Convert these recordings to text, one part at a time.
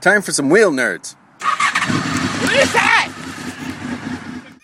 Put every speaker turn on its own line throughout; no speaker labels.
Time for some wheel nerds.
What is that?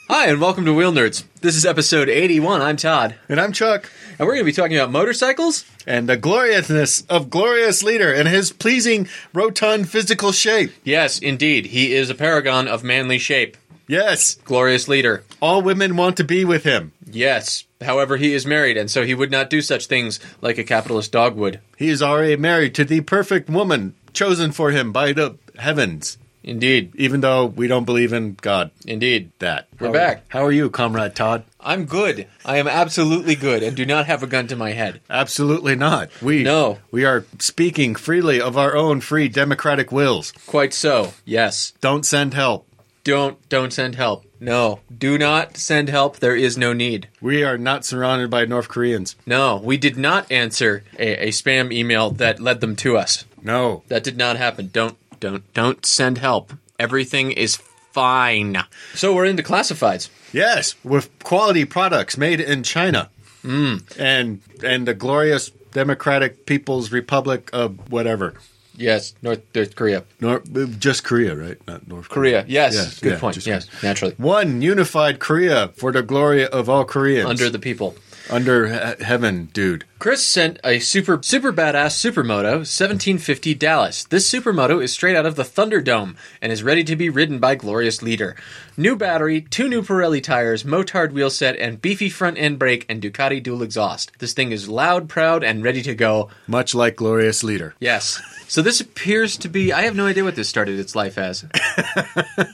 Hi, and welcome to Wheel Nerds. This is episode 81. I'm Todd,
And I'm Chuck.
and we're going to be talking about motorcycles.
And the gloriousness of glorious leader and his pleasing rotund physical shape.
Yes, indeed, he is a paragon of manly shape.
Yes,
Glorious leader.
all women want to be with him.
Yes. However, he is married, and so he would not do such things like a capitalist dog would.
He is already married to the perfect woman chosen for him by the heavens.
Indeed.
Even though we don't believe in God,
Indeed.
that
We're
How are-
back.
how are you, comrade Todd?
I'm good. I am absolutely good and do not have a gun to my head.
Absolutely not. We
No.
We are speaking freely of our own free democratic wills.
Quite so. Yes.
Don't send help.
Don't don't send help. No. Do not send help. There is no need.
We are not surrounded by North Koreans.
No, we did not answer a, a spam email that led them to us.
No.
That did not happen. Don't don't don't send help. Everything is fine. So we're into classifieds.
Yes, with quality products made in China. Mm. And and the glorious Democratic People's Republic of whatever.
Yes, North, North Korea.
Nor- just Korea, right? Not North
Korea. Yes. good
yeah,
point.
just-
Yes, naturally.
One unified Korea for the glory of all Koreans.
Under the people.
under he- heaven, dude.
Chris sent a super super badass supermoto 1750 Dallas. This supermoto is straight out of the Thunderdome and is ready to be ridden by glorious leader. New battery, two new Pirelli tires, Motard wheel set, and beefy front end brake and Ducati dual exhaust. This thing is loud, proud, and ready to go.
Much like glorious leader.
Yes. So this appears to be I have no idea what this started its life as.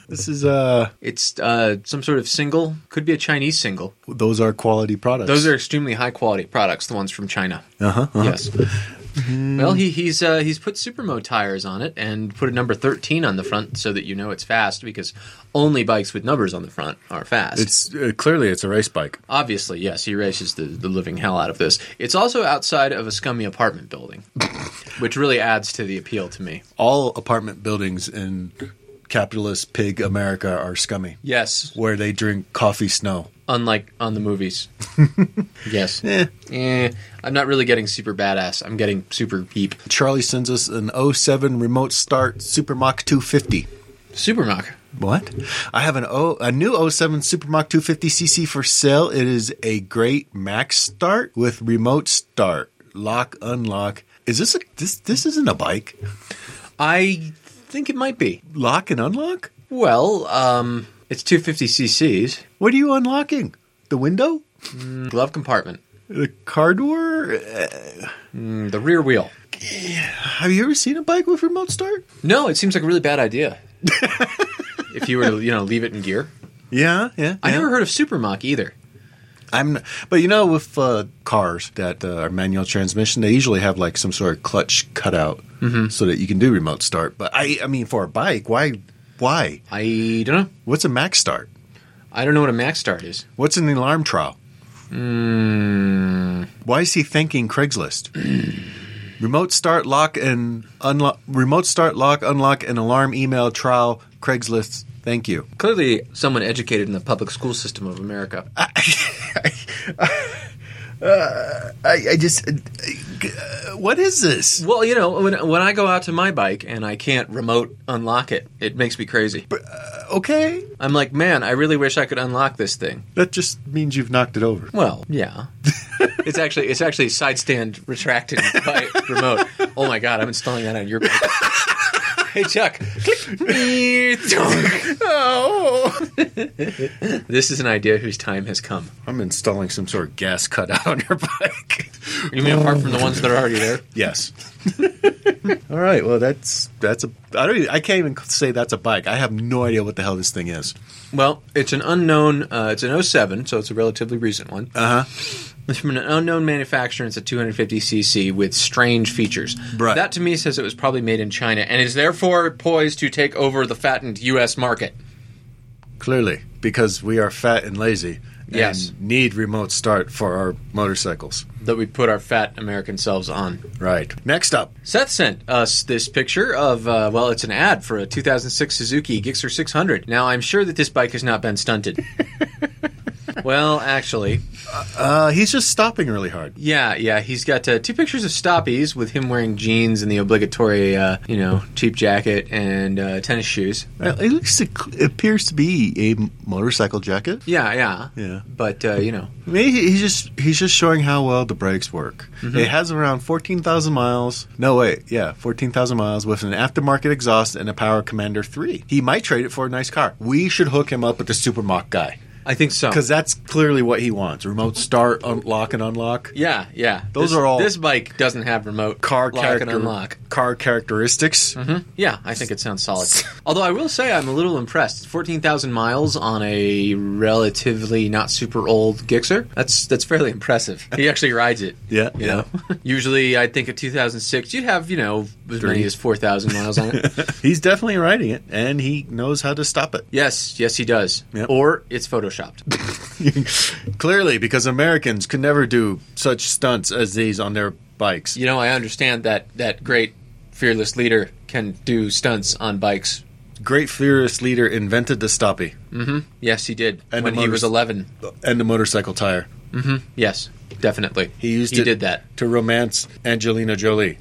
This is uh
It's uh, some sort of single, could be a Chinese single.
those are quality products.
Those are extremely high quality products, the ones from China.
uh-huh, uh-huh. Mm-hmm.
Yes. Well, he, he's uh, he's put Supermo tires on it and put a number thirteen on the front so that you know it's fast because only bikes with numbers on the front are fast.
It's uh, clearly it's a race bike.
Obviously, yes, he races the, the living hell out of this. It's also outside of a scummy apartment building, which really adds to the appeal to me.
All apartment buildings in capitalist pig America are scummy.
Yes,
where they drink coffee snow.
unlike on the movies. yes. Eh, I'm not really getting super badass. I'm getting super heap.
Charlie sends us an 07 remote start Super Mach 250.
Super Mach.
What? I have an o, a new 07 Super Mach 250cc for sale. It is a great max start with remote start, lock unlock. Is this a this this isn't a bike?
I think it might be.
Lock and unlock?
Well, um, it's 250 cc's.
What are you unlocking? The window?
Glove compartment.
The car door? Uh,
The rear wheel.
Have you ever seen a bike with remote start?
No, it seems like a really bad idea. if you were to, you know, leave it in gear.
Yeah, yeah.
I
yeah.
never heard of Super Mach either.
I'm, but you know, with uh, cars that uh, are manual transmission, they usually have like some sort of clutch cutout so that you can do remote start. But I, I mean, for a bike, why, why?
I don't know.
What's a max start?
I don't know what a max start is.
What's an alarm trial? Why is he thanking Craigslist? remote start lock and unlock. Remote start lock unlock and alarm email trial Craigslist. Thank you.
Clearly, someone educated in the public school system of America.
I, I just, uh, what is this?
Well, you know, when, when I go out to my bike and I can't remote unlock it, it makes me crazy.
Okay,
I'm like, man, I really wish I could unlock this thing.
that just means you've knocked it over.
Well, yeah. it's actually it's actually side stand retracted by remote. Oh my god, I'm installing that on your bike. hey Chuck. Click.
Oh.
this is an idea whose time has come.
I'm installing some sort of gas cutout on your bike.
You mean apart from the ones that are already there?
yes. All right. Well, that's that's a. I don't. Even, I can't even say that's a bike. I have no idea what the hell this thing is.
Well, it's an unknown. Uh, it's an 07, so it's a relatively recent one.
Uh huh.
It's from an unknown manufacturer. It's a 250cc with strange features.
Right.
That to me says it was probably made in China and is therefore poised to take over the fattened U.S. market.
Clearly, because we are fat and lazy.
Yes.
And need remote start for our motorcycles.
That we put our fat American selves on.
Right. Next up.
Seth sent us this picture of, uh, well, it's an ad for a 2006 Suzuki Gixxer 600. Now, I'm sure that this bike has not been stunted. well, actually,
Uh, he's just stopping really hard.
yeah, yeah. He's got uh, two pictures of Stoppies with him wearing jeans and the obligatory, uh, you know, cheap jacket and uh, tennis shoes.
Uh, It looks it appears to be a motorcycle jacket.
Yeah, yeah,
Yeah.
But uh, you know,
Maybe he- he's just he's just showing how well the brakes work.
Mm-hmm.
It has around fourteen thousand miles. No wait, yeah, fourteen thousand miles with an aftermarket exhaust and a Power Commander three. He might trade it for a nice car. We should hook him up with the Super Mach guy
I think so.
because that's clearly what he wants: remote start, unlock, and unlock.
Yeah, yeah.
Those
This-
are all-
This bike doesn't have remote
Car
lock
character,
and unlock. Mm-hmm.
car characteristics.
Yeah, I think it sounds solid. Although I will say I'm a little impressed. Fourteen thousand miles on a relatively not super old Gixxer. That's that's fairly impressive. He actually rides it.
Yeah,
You know? Usually, I think a 2006, you'd have you know as many
Three.
as four thousand miles on it.
he's definitely riding it, and he knows how to stop it.
yes, yes, he does.
Yep.
Or it's photoshopped.
Clearly, because Americans could never do such stunts as these on their bikes.
You know, I understand that that great fearless leader can do stunts on bikes.
Great Furious leader invented the stoppie
Yes, he did
And
when
the
he was
motors-
11.
and the motorcycle tire.
Yes, definitely.
He used
he
it
did that.
to romance Angelina Jolie.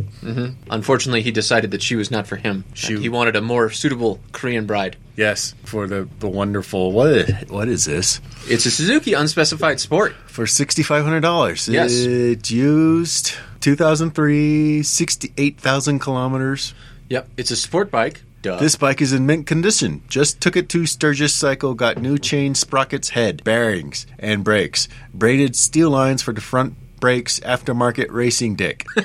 Unfortunately, he decided that she was not for him.
She-
He wanted a more suitable Korean bride.
Yes, for the the wonderful what is, what is this
It's a Suzuki unspecified sport.
for sixty five hundred dollars?
Yes.
it's used 2003, 68,000 kilometers.
Yep, it's a sport bike. Duh.
This bike is in mint condition. Just took it to Sturgis Cycle, got new chain sprockets, head, bearings, and brakes. Braided steel lines for the front brakes, aftermarket racing dick.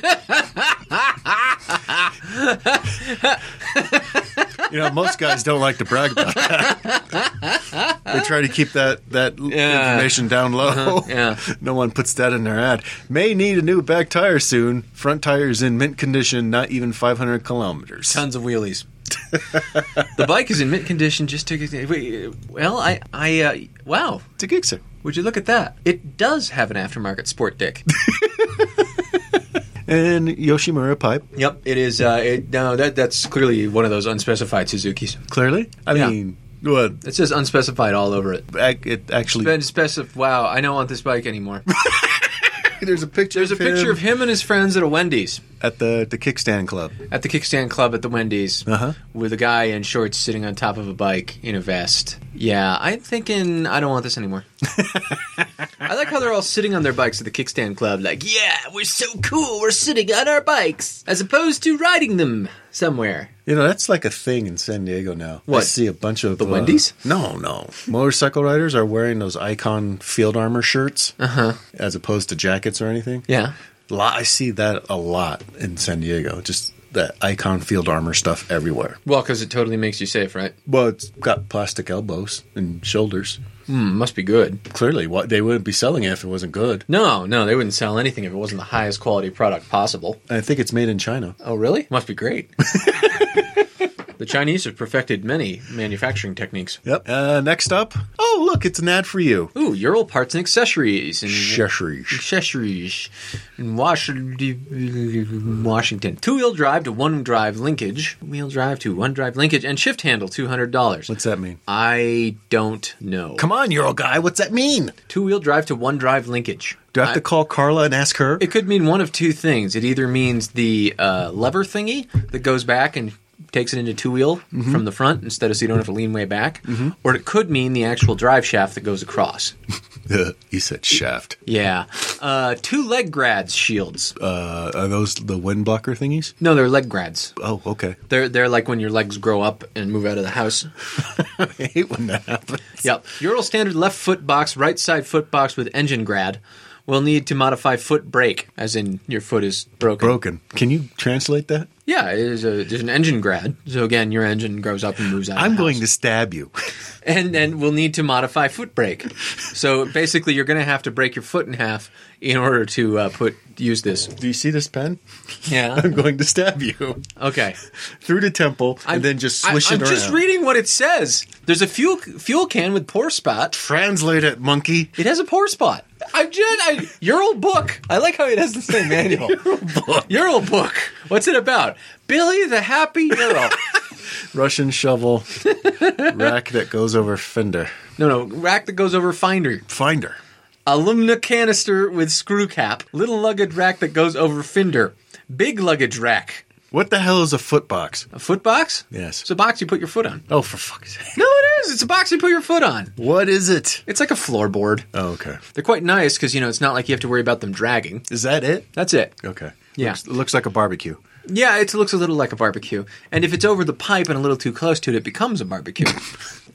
you know, most guys don't like to brag about that. they try to keep that, that
Yeah. Uh-huh,
information down low.
yeah.
No one puts that in their ad. May need a new back tire soon. Front tire is in mint condition, not even 500 kilometers.
Tons of wheelies. the bike is in mint condition. Just took it. Wait, well, I, I, uh, wow.
It's a gigser.
Would you look at that? It does have an aftermarket sport dick.
and Yoshimura pipe.
yep, it is. Uh, it, no, that that's clearly one of those unspecified Suzuki's.
Clearly, I
Yeah.
mean, well,
It says unspecified all over it.
ac- it actually
Ben specif- Wow, I don't want this bike anymore.
there's a picture.
There's a picture of him and his friends at a Wendy's.
at the the kickstand club.
at the kickstand club at the Wendy's
Uh-huh.
with a guy in shorts sitting on top of a bike in a vest. Yeah, I'm thinking I don't want this anymore. I like how they're all sitting on their bikes at the kickstand club, like, yeah, we're so cool, we're sitting on our bikes, as opposed to riding them somewhere.
You know, that's like a thing in San Diego now. I
What?
see a bunch of uh,
The Wendy's?
No, no, motorcycle riders are wearing those Icon field armor shirts, as opposed to jackets or anything.
Uh-huh. Yeah.
Lo- I see that a lot in San Diego. Just that Icon field armor stuff everywhere.
Well, because it totally makes you safe, right?
Well, it's got plastic elbows and shoulders.
Mm, must be good.
Clearly, what they wouldn't be selling it if it wasn't good.
No, no, they wouldn't sell anything if it wasn't the highest quality product possible.
I think it's made in China.
Oh, really? Must be great. the Chinese have perfected many manufacturing techniques.
Yep. Uh, next up, oh look, it's an ad for you.
Ooh, Ural parts and accessories in
Sheshrish.
accessories in Washington, Washington. Two-wheel drive to one-drive linkage, wheel drive to one-drive linkage, and shift handle two hundred dollars.
What's that mean?
I don't know.
Come on, Euro guy. What's that mean?
Two-wheel drive to one-drive linkage.
Do I have to call Carla and ask her?
It could mean one of two things. It either means the uh, lever thingy that goes back and takes it into two wheel
Mm-hmm.
from the front instead of so you don't have to lean way back, or it could mean the actual drive shaft that goes across.
you said shaft.
Yeah, uh, two leg grads shields.
Uh, are those the wind blocker thingies?
No, they're leg grads.
Oh, okay.
They're they're like when your legs grow up and move out of the house.
I hate when that happens.
Yep. Ural standard left foot box, right side foot box with engine grad. Will need to modify foot brake, as in your foot is broken.
Broken. Can you translate that?
Yeah, it is a, there's an engine grad. So again, your engine grows up and moves out.
I'm
of the
going to
house.
stab you.
and then we'll need to modify foot brake. So basically, you're going to have to break your foot in half in order to uh, put use this.
Do you see this pen?
Yeah.
I'm going to stab you
Okay.
through the temple
I'm-
and then just
I-
swish
I'm
it around.
just reading what it says. There's a fuel fuel can with poor spot.
Translate it, monkey.
It has a poor spot. I'm just I, your old book. I like how it has the same manual. your old book. What's it about? Billy the Happy Euro.
Russian shovel rack that goes over fender.
No, no, rack that goes over finder.
Finder.
Alumna canister with screw cap. Little luggage rack that goes over fender. Big luggage rack.
What the hell is a foot box?
A foot box?
Yes.
It's a box you put your foot on.
Oh, for fuck's sake.
No, it is. It's a box you put your foot on.
What is it?
It's like a floorboard.
Oh, okay.
They're quite nice because, you know, it's not like you have to worry about them dragging.
Is that it?
That's it.
Okay.
Yeah.
Looks, looks like a barbecue.
Yeah, it looks a little like a barbecue. And if it's over the pipe and a little too close to it, it becomes a barbecue.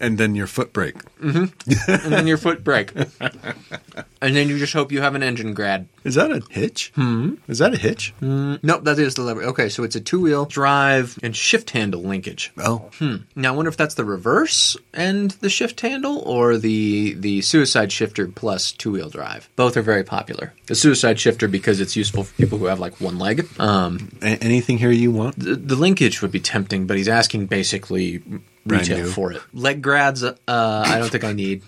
And then your foot brake.
and then your foot brake. and then you just hope you have an engine grad.
Is that a hitch? Hmm. Is that a hitch?
Nope, that is the lever. Okay, so it's a two wheel drive and shift handle linkage.
Oh.
Now I wonder if that's the reverse and the shift handle or the the suicide shifter plus two wheel drive. Both are very popular. The suicide shifter because it's useful for people who have like one leg. Um,
A- anything here you want?
the, the linkage would be tempting, but he's asking basically
Brand
retail
new.
for it. Leg grads, uh, I don't think I need.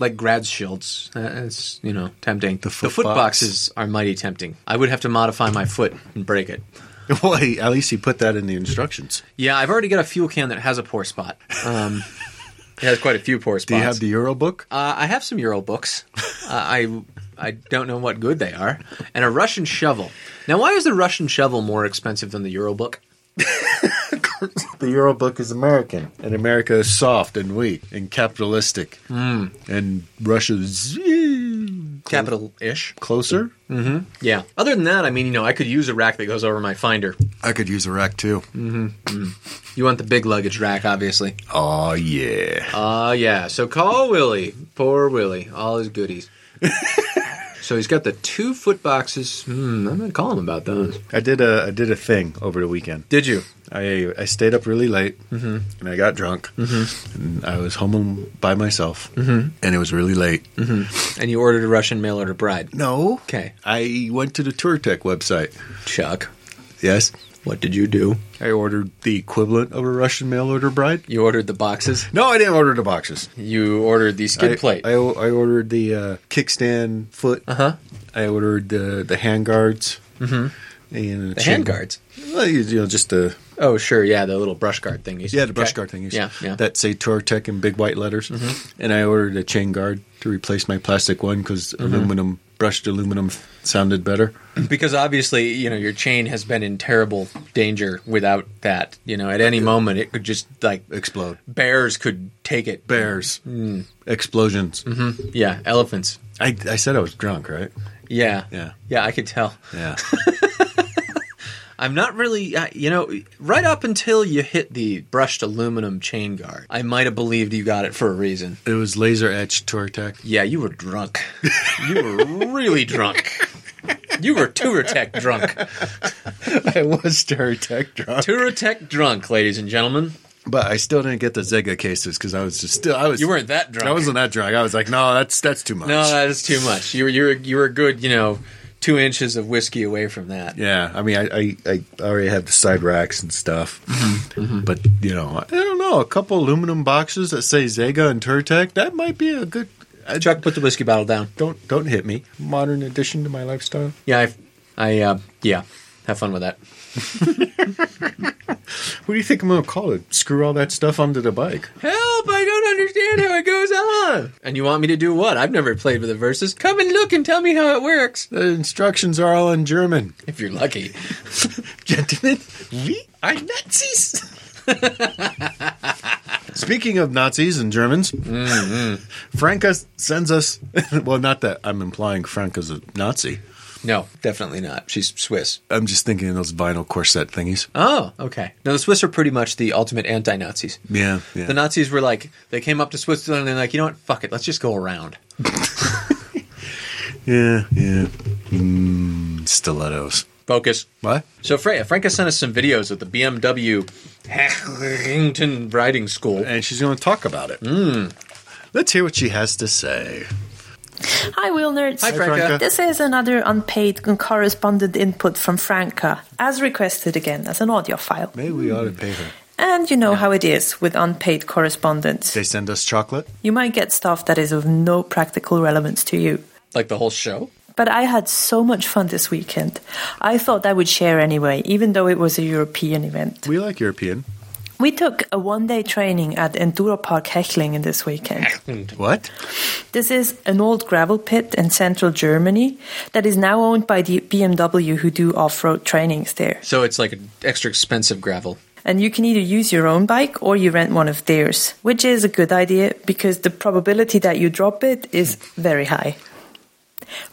Like grads shields, uh, it's you know tempting. The
foot box.
boxes are mighty tempting. I would have to modify my foot and break it.
Well, he- at least he put that in the instructions.
Yeah, I've already got a fuel can that has a poor spot. Um, it has quite a few poor spots.
Do you have the Euro book?
Uh, I have some Euro books. Uh, I I don't know what good they are, and a Russian shovel. Now, why is the Russian shovel more expensive than the Euro book?
The Euro book is American, and America is soft and weak and capitalistic, and Russia's
Capital ish.
closer.
Yeah. Other than that, I mean, you know, I could use a rack that goes over my finder.
I could use a rack too.
You want the big luggage rack, obviously.
Oh yeah.
Ah, yeah. So call Willie. Poor Willie. All his goodies. so he's got the two foot boxes. Hmm, I'm going to call him about those.
I did a I did a thing over the weekend.
Did you?
I I stayed up really late
Mm-hmm.
and I got drunk and I was home by myself
Mm-hmm.
and it was really late.
And you ordered a Russian mail order bride.
No,
Mm-hmm. Okay.
I went to the TourTech website.
Chuck,
Yes,
what did you do?
I ordered the equivalent of a Russian mail order bride.
You ordered the boxes.
No, I didn't order the boxes.
You ordered the skid
I,
plate.
I, I ordered the uh, kickstand foot.
uh huh.
I ordered the the hand guards. Mm-hmm. And a
The
chin-
hand guards.
Well, you, you know, just the
Oh, sure. Yeah, the little brush guard thingies.
yeah, the brush
Okay.
guard thing.
Yeah, yeah. Mm-hmm.
That say Tortec in big white letters. And I ordered a chain guard to replace my plastic one because
Mm-hmm.
aluminum brushed aluminum sounded better.
because obviously you know your chain has been in terrible danger without that you know at any moment it could just like
Explode
bears could take it
bears
Mm.
explosions.
Mm-hmm. yeah elephants
I I said I was drunk, right?
yeah
Yeah.
yeah i could tell
Yeah.
i'm not really uh, you know right up until you hit the brushed aluminum chain guard i might have believed you got it for a reason
it was laser etched Tortec.
yeah you were drunk you were really drunk you were Turotech drunk.
I was Tortec drunk.
Turotech drunk, ladies and gentlemen.
But I still didn't get the Zega cases because I was just still I was
You weren't that drunk.
I wasn't that drunk. I was like, no, that's that's too much.
No, that is too much. You were you were you were a good, you know, two inches of whiskey away from that.
yeah, I mean, I, I I already have the side racks and stuff, but you know, I don't know. A couple aluminum boxes that say Zega and Turtec that might be a good. I,
Chuck, put the whiskey bottle down.
don't don't hit me. Modern addition to my lifestyle.
Yeah, I've, I, uh, yeah, have fun with that.
What do you think I'm gonna call it? Screw all that stuff onto the bike.
Help! I don't understand how it goes on. And you want me to do what? I've never played with the verses. Come and look and tell me how it works.
The instructions are all in German,
If you're lucky.
gentlemen. We are Nazis. Speaking of Nazis and Germans, Franca sends us. Well, not that I'm implying Franca's a Nazi.
No, definitely not. She's Swiss.
I'm just thinking of those vinyl corset thingies.
Oh, okay. No, the Swiss are pretty much the ultimate anti-Nazis.
Yeah, yeah.
The Nazis were like, they came up to Switzerland and they're like, you know what? Fuck it. Let's just go around.
yeah, yeah. Mm, stilettos.
Focus.
What?
So Freya, Franca sent us some videos of the BMW Hackington Riding School.
And she's going to talk about it. Let's hear what she has to say.
Hi, Wheel Nerds.
Hi, Franca.
Franca.
This is another unpaid and correspondent input from Franca, as requested again as an audio file.
Maybe we ought to pay her.
And you know how it is with unpaid correspondence.
They send us chocolate.
You might get stuff that is of no practical relevance to you.
Like the whole show?
But I had so much fun this weekend. I thought I would share anyway, even though it was a European event.
We like European.
We took a one day training at Enduro Park Hechlingen this weekend.
What?
This is an old gravel pit in central Germany that is now owned by the BMW who do off road trainings there.
So it's like an extra expensive gravel.
And you can either use your own bike or you rent one of theirs, which is a good idea because the probability that you drop it is very high.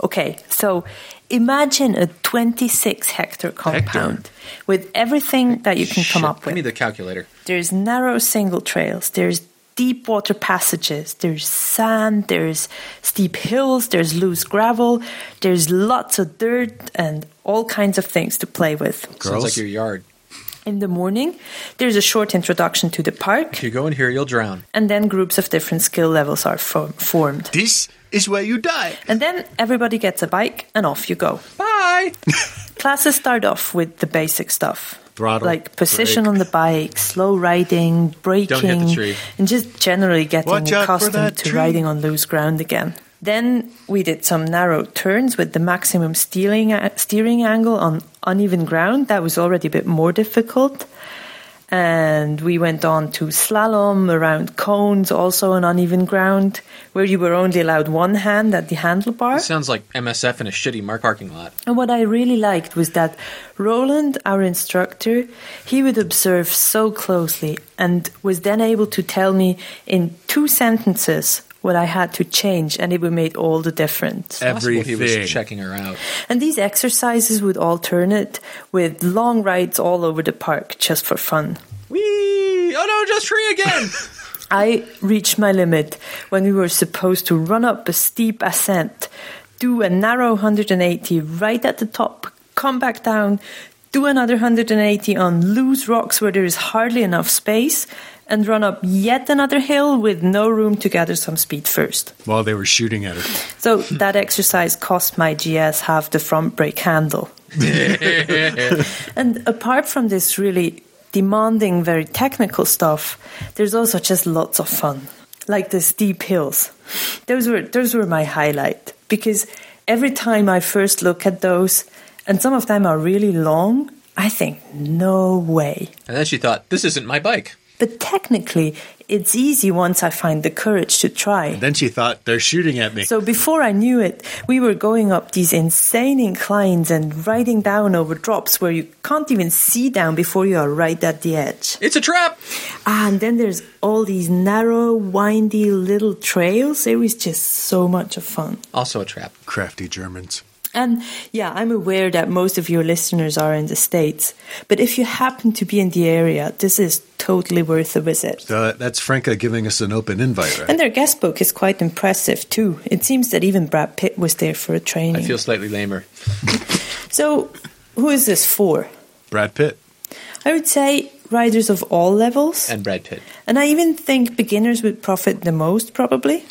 Okay, so imagine a 26 hectare compound with everything that you can come
Shit,
up
Give
with.
me the calculator.
There's narrow single trails. There's deep water passages. There's sand. There's steep hills. There's loose gravel. There's lots of dirt and all kinds of things to play with.
Sounds
Girls?
like your yard.
In the morning, there's a short introduction to the
If
park,
you go in here, you'll drown.
and then groups of different skill levels are form- formed.
This is where you die.
And then everybody gets a bike and off you go.
Bye.
Classes start off with the basic stuff.
Throttle,
Like position
brake.
on the bike, slow riding, braking,
tree.
and just generally getting
Watch out for
accustomed
that
to
tree.
riding on loose ground again. Then we did some narrow turns with the maximum steering, steering angle on uneven ground. That was already a bit more difficult. And we went on to slalom around cones, also on uneven ground, where you were only allowed one hand at the handlebar.
Sounds like MSF in a shitty mark parking lot.
And what I really liked was that Roland, our instructor, he would observe so closely and was then able to tell me in two sentences what I had to change, and it would make all the difference.
Possible He
Everything.
was checking her out.
And these exercises would alternate with long rides all over the park just for fun.
Wee! Oh no, just tree again.
I reached my limit when we were supposed to run up a steep ascent, do a narrow 180 right at the top, come back down, do another 180 on loose rocks where there is hardly enough space, and run up yet another hill with no room to gather some speed first.
While they were shooting at her.
So that exercise cost my GS half the front brake handle. and apart from this really demanding, very technical stuff, there's also just lots of fun, like the steep hills. Those were those were my highlight because every time I first look at those, and some of them are really long, I think no way.
and then she thought, "This isn't my bike."
But technically, it's easy once I find the courage to try.
Then she thought, they're shooting at me.
So before I knew it, we were going up these insane inclines and riding down over drops where you can't even see down before you are right at the edge.
It's a trap.
Ah, and then there's all these narrow, windy little trails. It was just so much of fun.
Also a trap.
Crafty Germans.
And yeah, I'm aware that most of your listeners are in the States, but if you happen to be in the area, this is totally worth a visit.
Uh, that's Franca giving us an open invite, right?
And their guest book is quite impressive too. It seems that even Brad Pitt was there for a training.
I feel slightly lamer.
So, who is this for?
Brad Pitt.
I would say riders of all levels, and,
And Brad Pitt.
I even think beginners would profit the most probably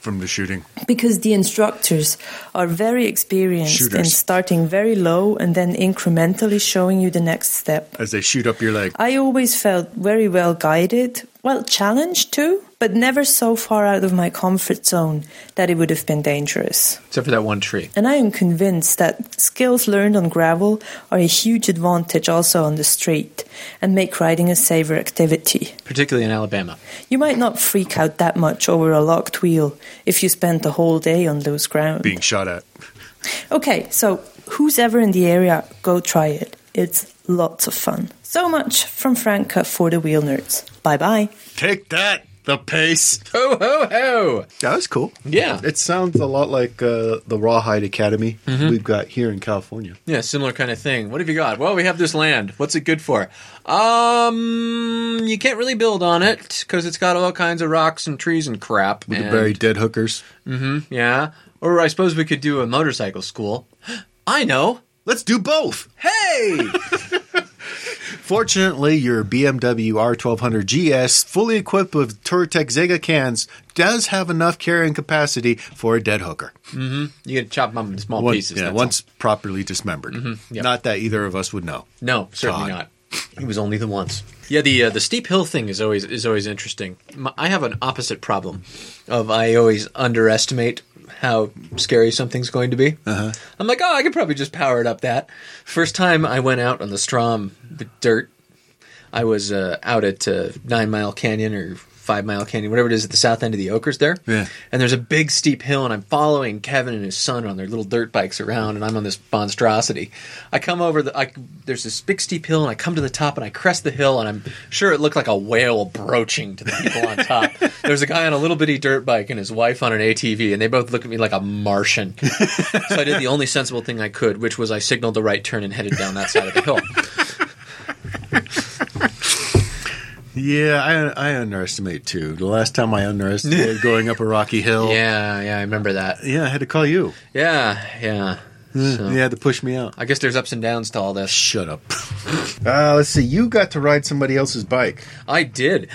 From the shooting.
because the instructors are very experienced in
Shooters.
starting very low and then incrementally showing you the next step.
As they shoot up your leg.
I always felt very well guided, well challenged too, but never so far out of my comfort zone that it would have been dangerous.
Except for that one tree.
And I am convinced that skills learned on gravel are a huge advantage also on the street and make riding a safer activity.
Particularly in Alabama.
You might not freak out that much over a locked wheel if you spent the whole day on loose ground.
Being shot at.
Okay, so who's ever in the area, go try it. It's lots of fun. So much from Franca for the wheel nerds. Bye bye.
Take that, the pace.
Ho ho ho!
That was cool.
Yeah.
It sounds a lot like uh, the Rawhide Academy
Mm-hmm.
we've got here in California.
Yeah, similar kind of thing. What have you got? Well, we have this land. What's it good for? Um, you can't really build on it because it's got all kinds of rocks and trees and crap.
We could
and-
bury dead hookers.
Yeah. Or I suppose we could do a motorcycle school. I know.
Let's do both.
Hey!
Fortunately, your BMW R1200 GS, fully equipped with Touratech Zega cans, does have enough carrying capacity for a dead hooker.
you gotta chop them up into small
One-
pieces.
yeah,
that's Mm-hmm.
once properly dismembered. Not that either of us would know.
No, certainly
God.
not. It was only the once. Yeah, the uh, the steep hill thing is always is always interesting. My, I have an opposite problem of I always underestimate how scary something's going to be. Uh-huh. I'm like, oh, I could probably just power it up. That first time I went out on the Strom, the dirt. I was uh, out at uh, Nine Mile Canyon or Five Mile Canyon, whatever it is at the south end of the Oakers there.
Yeah.
And there's a big steep hill, and I'm following Kevin and his son on their little dirt bikes around, and I'm on this monstrosity. I come over the, I, there's this big steep hill, and I come to the top, and I crest the hill, and I'm sure it looked like a whale broaching to the people on top. There's a guy on a little bitty dirt bike and his wife on an ATV, and they both look at me like a Martian. so I did the only sensible thing I could, which was I signaled the right turn and headed down that side of the hill.
Yeah, I, I underestimate too. The last time I underestimated going up a rocky hill.
Yeah, yeah, I remember that.
Yeah, I had to call you.
Yeah, yeah. So,
You had to push me out.
I guess there's ups and downs to all this.
Shut up.
Uh, let's see. You got to ride somebody else's bike.
I did.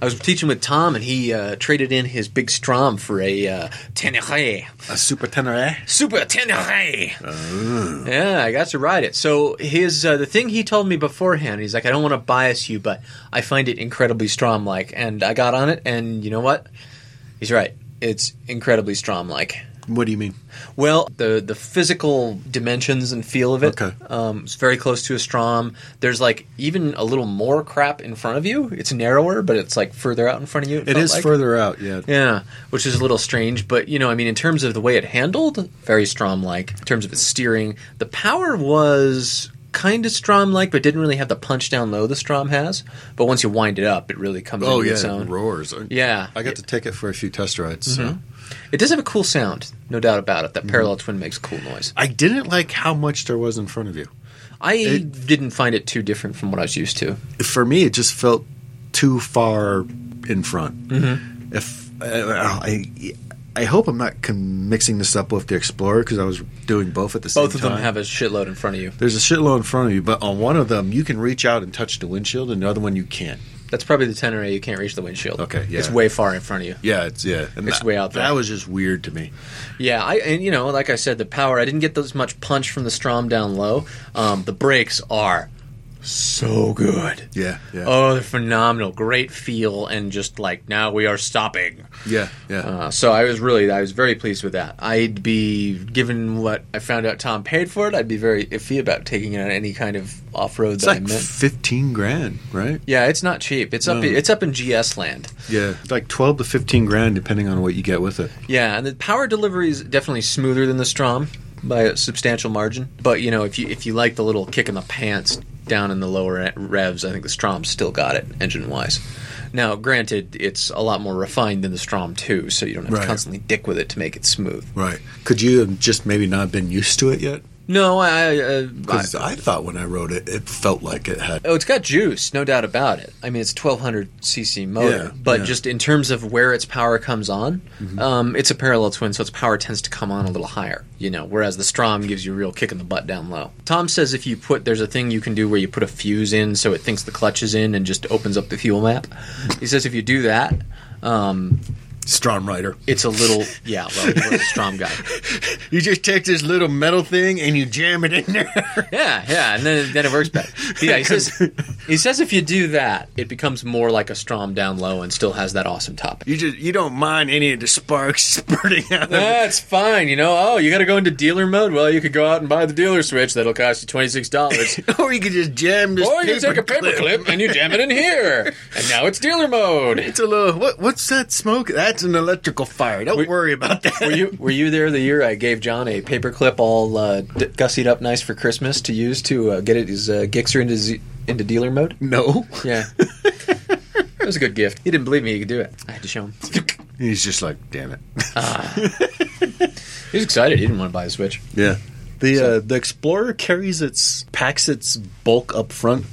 I was teaching with Tom, and he uh, traded in his big Strom for a uh, Tenere.
A super eh? tenere.
Super Tenere.
Oh.
Yeah, I got to ride it. So his uh, the thing he told me beforehand, he's like, I don't want to bias you, but I find it incredibly Strom like, and I got on it, and you know what? He's right. It's incredibly Strom like.
What do you mean?
Well, the the physical dimensions and feel of it.
Okay.
Um, it's very close to a Strom. There's like even a little more crap in front of you. It's narrower, but it's like further out in front of you.
It
felt
is
like.
further out. Yeah.
Yeah, which is a little strange, but you know, I mean, in terms of the way it handled, very Strom like. In terms of its steering, the power was kind of Strom like, but didn't really have the punch down low the Strom has. But once you wind it up, it really comes
Oh
into
yeah,
its own.
it roars.
Yeah. Mm-hmm.
I got to take it for a few test rides. So.
It does have a cool sound, no doubt about it. That
Mm-hmm.
parallel twin makes a cool noise.
I didn't like how much there was in front of you.
I
It-
didn't find it too different from what I was used to.
For me, it just felt too far in front. Mm-hmm. If
I, I hope I'm not con- mixing this up with the Explorer because I was doing both at the same time.
Both of them have a shitload in front of you.
there's a shitload in front of you, but on one of them you can reach out and touch the windshield, and the other one you can't.
That's probably the Tenere. You can't reach the windshield.
Okay, yeah.
It's way far in front of you.
Yeah, it's yeah, and
It's
that-
way out there.
That was just weird to me.
Yeah, I and you know, like I said, the power. I didn't get as much punch from the Strom down low. Um, the brakes are so good.
Yeah, yeah,
Oh, they're phenomenal. Great feel and just like now we are stopping.
yeah, yeah.
Uh, so I was really, I was very pleased with that. I'd be given what I found out Tom paid for it. I'd be very iffy about taking it on any kind of off road
it's
that I
like
meant.
fifteen grand, right?
Yeah, it's not cheap. It's up.
No.
It's up in GS land.
Yeah, it's like twelve to fifteen grand, depending on what you get with it.
Yeah, and the power delivery is definitely smoother than the Strom by a substantial margin. But you know, if you if you like the little kick in the pants down in the lower e- revs, I think the Strom still got it engine wise. Now, granted, it's a lot more refined than the Strom too, so you don't have
Right.
to constantly dick with it to make it smooth.
Right? Could you have just maybe not been used to it yet?
No, I. Uh, I
Because I, thought when I rode it, it felt like it had.
Oh, it's got juice, no doubt about it. I mean, it's 1200 cc motor,
Yeah,
but
yeah. Mm-hmm.
just in terms of where its power comes on, um, it's a parallel twin, so its power tends to come on a little higher, you know, whereas the Strom gives you a real kick in the butt down low. Tom says if you put, there's a thing you can do where you put a fuse in so it thinks the clutch is in and just opens up the fuel map. He says if you do that, um,
Strom Rider.
it's a little, yeah, well, we're a Strom guy.
You just take this little metal thing and you jam it in there.
Yeah, yeah, and then then it works better. Yeah, he says he says if you do that, it becomes more like a Strom down low and still has that awesome top.
you just you don't mind any of the sparks spurting out. Of it.
That's fine, you know. Oh, you got to go into dealer mode. Well, you could go out and buy the dealer switch. That'll cost you twenty six dollars.
Or you could just jam this.
or you take a paper clip and you jam it in here, and now it's dealer mode.
It's a little. What, what's that smoke? That's an electrical fire. Don't worry about that.
Were you were you there the year I gave John a paper clip all uh, d- gussied up nice for Christmas to use to uh, get it his uh, Gixxer into z- into dealer mode?
no.
Yeah. it was a good gift. He didn't believe me he could do it. I had to show him.
He's just like, damn it.
He was excited. He didn't want to buy the Switch.
Yeah. The uh, the Explorer carries its packs its bulk up front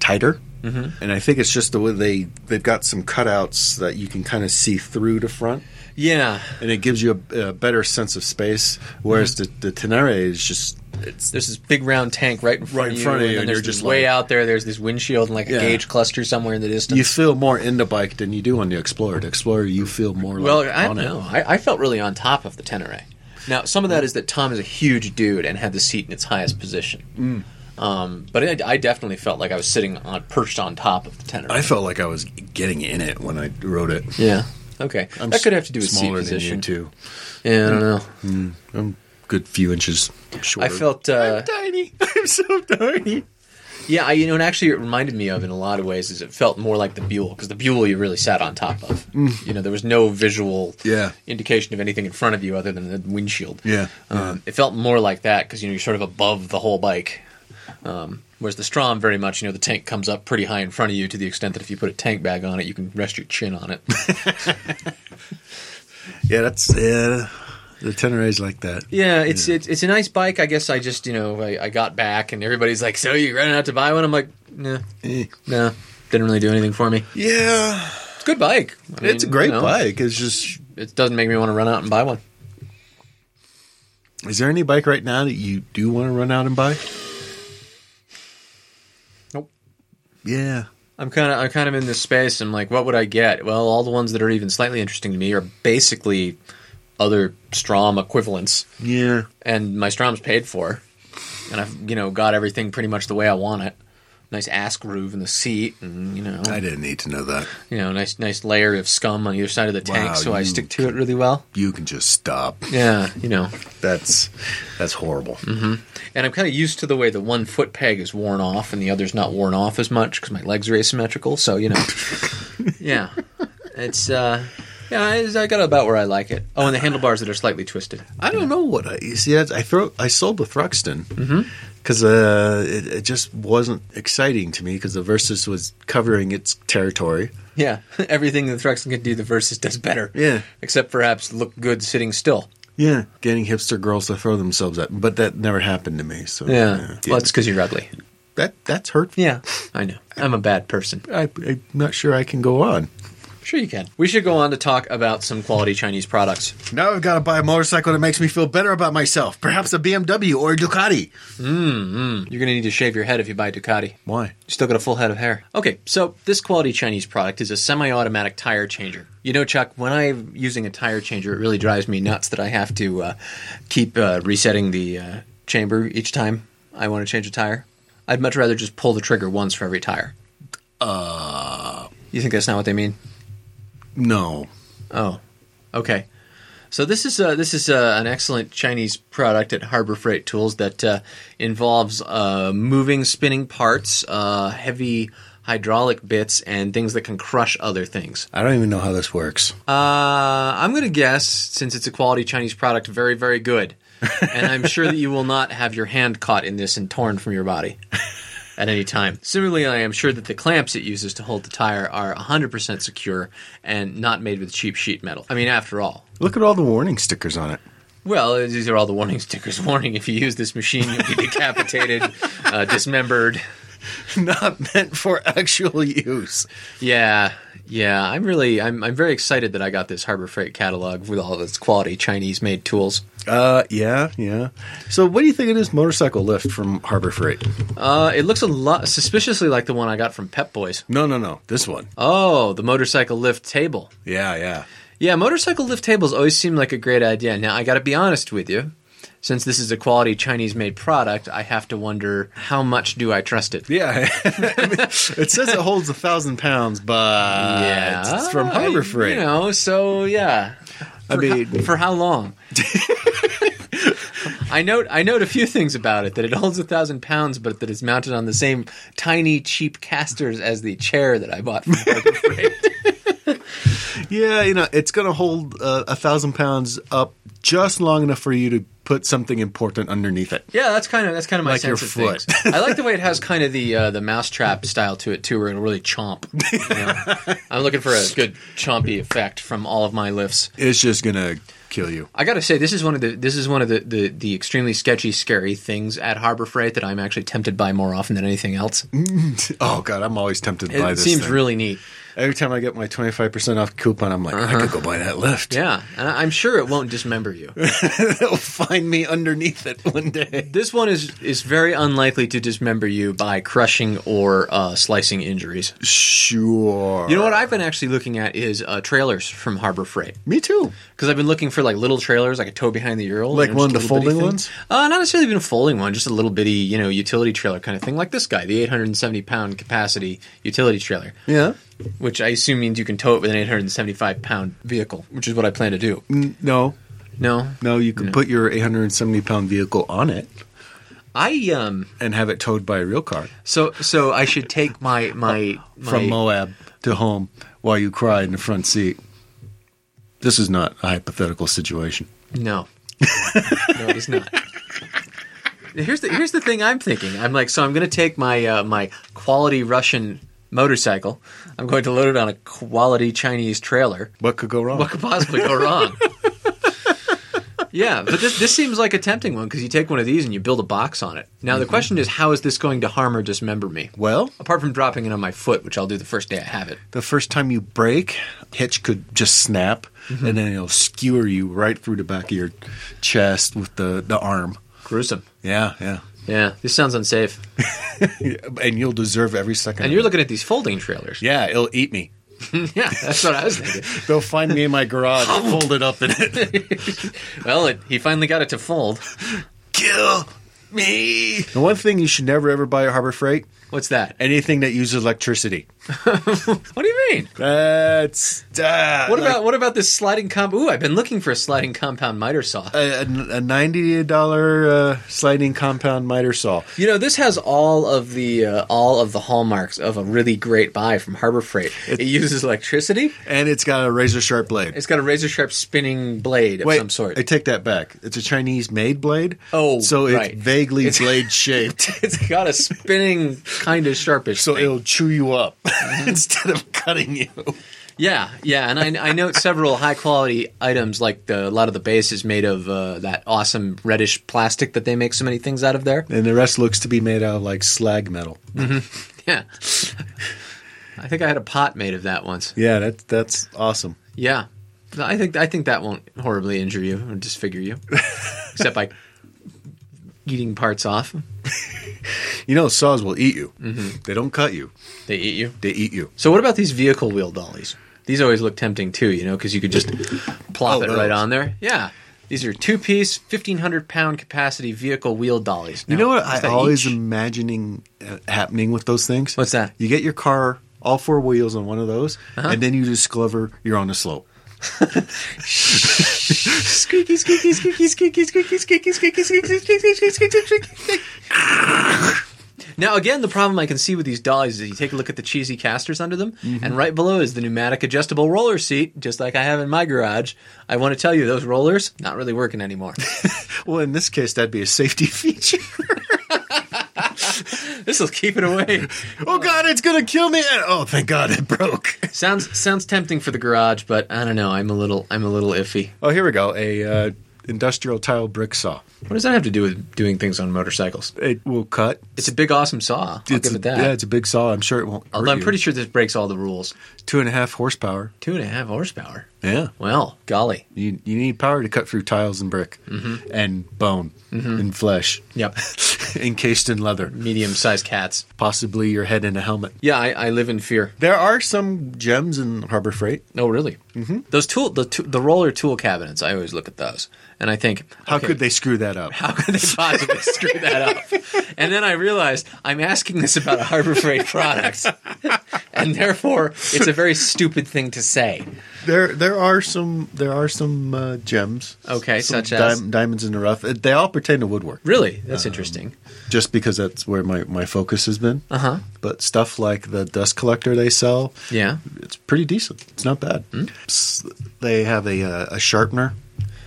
tighter, mm-hmm. and I think it's just the way they they've got some cutouts that you can kind of see through the front,
Yeah.
and it gives you a, a better sense of space. Whereas
Mm-hmm.
the, the Tenere is just it's
There's this big round tank right in front
Right
of
in
you.
front of
and
you,
then
and
there's
you're
just
just
way
like-
out there. There's this windshield and like a
Yeah.
gauge cluster somewhere in the distance.
you feel more in the bike than you do on the Explorer. The Explorer, you feel more.
well,
like,
I
on
don't know. I, I felt really on top of the Tenere. Now, some of that is that Tom is a huge dude and had the seat in its highest position.
Mm.
Um, but I, I definitely felt like I was sitting on perched on top of the Tenere.
It. I felt like I was getting in it when I rode it.
yeah. Okay.
I'm
that could have to do with seat
smaller than
position
you too. Mm.
Yeah, I don't know.
I'm a good few inches shorter.
I felt. Uh,
tiny. I'm so tiny.
Yeah, I, you know, and actually, it reminded me of in a lot of ways is it felt more like the Buell because the Buell you really sat on top of.
Mm.
You know, there was no visual
Yeah.
indication of anything in front of you other than the windshield.
Yeah,
Uh,
um, it felt more like that because you know you're sort of above the whole bike. Um, whereas the Strom very much, you know, the tank comes up pretty high in front of you to the extent that if you put a tank bag on it, you can rest your chin on it.
Yeah, that's yeah. The Tenere's like that.
Yeah, it's it's it's a nice bike. I guess I just you know I, I got back and everybody's like, "So you running out to buy one?" I'm like, "No,
Eh.
no, didn't really do anything for me."
Yeah,
It's a good bike. I
it's a
mean,
great
you know,
bike. It's just.
It doesn't make me want to run out and buy one.
Is there any bike right now that you do want to run out and buy?
Nope.
Yeah.
I'm kind of I'm kind of in this space. I'm like, what would I get? Well, all the ones that are even slightly interesting to me are basically other Strom equivalents,
Yeah.
and my Strom's paid for, and I've you know got everything pretty much the way I want it. Nice ass groove in the seat, and you know,
I didn't need to know that.
you know, nice nice layer of scum on either side of the tank,
Wow,
so I
you
stick to it really well.
You can just stop.
Yeah, you know,
That's that's horrible.
and I'm kind of used to the way the one foot peg is worn off and the other's not worn off as much because my legs are asymmetrical. So you know, yeah, it's uh, yeah, I, I got about where I like it. Oh, and the handlebars that are slightly twisted.
I don't know what I you see. That's, I throw. I sold the Thruxton because uh, it, it just wasn't exciting to me because the Versus was covering its territory.
Yeah, everything that Thruxton can do, the Versus does better.
Yeah.
except perhaps look good sitting still.
Yeah, getting hipster girls to throw themselves at, but that never happened to me. So
Yeah, well, it's
that's
because you're ugly.
that that's hurtful.
Yeah, I know. I'm a bad person.
I, I'm not sure I can go on.
Sure, you can. We should go on to talk about some quality Chinese products.
Now I've got to buy a motorcycle that makes me feel better about myself. Perhaps a BMW or a Ducati.
You're going to need to shave your head if you buy a Ducati.
Why?
You still got a full head of hair. Okay, so this quality Chinese product is a semi automatic tire changer. You know, Chuck, when I'm using a tire changer, it really drives me nuts that I have to uh, keep uh, resetting the uh, chamber each time I want to change a tire. I'd much rather just pull the trigger once for every tire. Uh. You think that's not what they mean?
No.
Oh, okay. So this is uh, this is uh, an excellent Chinese product at Harbor Freight Tools that uh, involves uh, moving, spinning parts, uh, heavy hydraulic bits, and things that can crush other things.
I don't even know how this works.
Uh, I'm going to guess, since it's a quality Chinese product, very very good, and I'm sure that you will not have your hand caught in this and torn from your body. At any time. Similarly, I am sure that the clamps it uses to hold the tire are 100% secure and not made with cheap sheet metal. I mean, after all,
Look at all the warning stickers on it.
well, these are all the warning stickers. Warning: If you use this machine, you'll be decapitated, uh, dismembered.
Not meant for actual use.
Yeah, yeah. I'm really, I'm, I'm very excited that I got this Harbor Freight catalog with all of its quality Chinese-made tools.
Uh, yeah, yeah. So, what do you think of this motorcycle lift from Harbor Freight?
Uh, it looks a lot suspiciously like the one I got from Pep Boys.
No, no, no. This one.
Oh, the motorcycle lift table.
Yeah, yeah.
Yeah, motorcycle lift tables always seem like a great idea. Now, I got to be honest with you. Since this is a quality Chinese-made product, I have to wonder how much do I trust it.
Yeah. it says it holds a thousand pounds, but it's from Harbor Freight.
Ah, You know, so yeah.
I
For
mean-
ho- for how long? I note I note a few things about it that it holds a thousand pounds, but that it's mounted on the same tiny cheap casters as the chair that I bought from Harbor Freight.
Yeah, you know, it's going to hold uh, a thousand pounds up just long enough for you to put something important underneath it.
Yeah, that's kind of that's kind of my
Like your
sense of
foot.
things. I like the way it has kind of the uh, the mousetrap style to it too, where it'll really chomp. you know? I'm looking for a good chompy effect from all of my lifts.
It's just going to kill you.
I gotta say, this is one of the this is one of the, the, the extremely sketchy, scary things at Harbor Freight that I'm actually tempted by more often than anything else.
Oh, God, I'm always tempted by
It
this.
seems
thing.
really neat.
Every time I get my 25% off coupon, I'm like, I could go buy that lift.
Uh-huh. Yeah, and I- I'm sure it won't dismember you.
It'll find me underneath it one day.
this one is is very unlikely to dismember you by crushing or uh, slicing injuries.
Sure.
You know what I've been actually looking at is uh, trailers from Harbor Freight.
Me too.
because I've been looking for like little trailers, like a tow behind the earl,
Like
you know,
one
just
of the
a little bitty
folding ones?
thing. Uh, not necessarily even a folding one, just a little bitty, you know, utility trailer kind of thing, like this guy, the 870 pound capacity utility trailer,
Yeah.
which I assume means you can tow it with an 875 pound vehicle, which is what I plan to do.
No,
No,
no, you can put your 870 pound vehicle on it.
I um
and have it towed by a real car
so so I should take my my, my
from Moab to home while you cry in the front seat. This is not a hypothetical situation.
No, no, it is not. Here's the here's the thing I'm thinking. I'm like, so I'm going to take my uh, my quality Russian motorcycle. I'm going to load it on a quality Chinese trailer.
What could go wrong?
What could possibly go wrong? yeah, but this this seems like a tempting one because you take one of these and you build a box on it. Now the question is, how is this going to harm or dismember me?
Mm-hmm. well,
Apart from dropping it on my foot, which I'll do the first day I have it.
the first time you brake, hitch could just snap, and then it'll skewer you right through the back of your chest with the, the arm.
Gruesome.
Yeah, yeah.
Yeah, this sounds unsafe.
And you'll deserve every second.
And
of
you're
it.
looking at these folding trailers.
yeah, it'll eat me.
yeah that's what I was thinking.
They'll find me in my garage, folded up in it.
Well, it, he finally got it to fold.
Kill me. The one thing you should never ever buy at Harbor Freight
What's that?
anything that uses electricity.
What do you mean?
That's uh,
What about what about this sliding comp? Ooh, I've been looking for a sliding compound miter saw.
a, a ninety dollar uh, sliding compound miter saw?
You know, this has all of the uh, all of the hallmarks of a really great buy from Harbor Freight. It, uses electricity.
and it's got a razor sharp blade.
It's got a razor sharp spinning blade of
Wait,
some sort.
I take that back. It's a Chinese made blade.
Oh,
so it's
right.
vaguely
It's-
blade shaped.
it's got a spinning kind of sharpish.
So
thing.
it'll chew you up instead of cutting you.
yeah, yeah, and I, I note several high quality items like the, a lot of the base is made of uh, that awesome reddish plastic that they make so many things out of there.
And the rest looks to be made out of like slag metal.
Yeah. I think I had a pot made of that once.
Yeah, that's that's awesome.
Yeah. I think I think that won't horribly injure you or disfigure you. Except by eating parts off.
You know, saws will eat you.
Mm-hmm.
They don't cut you.
They eat you.
They eat you.
So what about these vehicle wheel dollies? These always look tempting too, you know, because you could just plop
Oh,
it
those.
right on there. Yeah. These are two piece, 1500 pound capacity vehicle wheel dollies.
You
Now,
know what
is
I
that
always
each?
imagining uh, happening with those things?
What's that? Uh-huh.
You get your car all four wheels on one of those, and then you discover you're on a slope.
squeaky, squeaky, squeaky, squeaky, squeaky, squeaky, squeaky, squeaky, squeaky, squeaky, squeaky, squeaky. Now, again, the problem I can see with these dollies is you take a look at the cheesy casters under them,
Mm-hmm.
and right below is the pneumatic adjustable roller seat, just like I have in my garage. I want to tell you, those rollers, not really working anymore.
Well, in this case, that'd be a safety feature.
this will keep it away.
oh God, it's gonna kill me! Oh, thank God, it broke.
Sounds sounds tempting for the garage, but I don't know. I'm a little I'm a little iffy.
Oh, here we go. A uh, industrial tile brick saw.
What does that have to do with doing things on motorcycles?
It will cut.
It's a big, awesome saw. I'll
it's
give
a,
it that.
Yeah, it's a big saw. I'm sure it won't.
Although
hurt
I'm
you.
pretty sure this breaks all the rules.
two and a half horsepower.
Two and a half horsepower.
Yeah,
Well, golly.
you you need power to cut through tiles and brick
Mm-hmm.
and bone and flesh.
Yep.
encased in leather,
Medium sized cats.
possibly your head in a helmet.
Yeah, I, I live in fear.
There are some gems in Harbor Freight.
No, really. Mm-hmm. Those tool, the tu- the roller tool cabinets. I always look at those, and I think,
How
okay,
could they screw that up?
How could they possibly screw that up? And then I realized I'm asking this about a Harbor Freight product, and therefore it's a very stupid thing to say.
There, there are some, there are some uh, gems.
Okay,
some
such as?
diamonds in the rough. Uh, They all pertain to woodwork,
Really, that's
Um,
interesting.
just because that's where my my focus has been.
Uh huh.
But stuff like the dust collector they sell,
Yeah.
it's pretty decent. It's not bad.
Hmm?
S- They have a uh, a sharpener,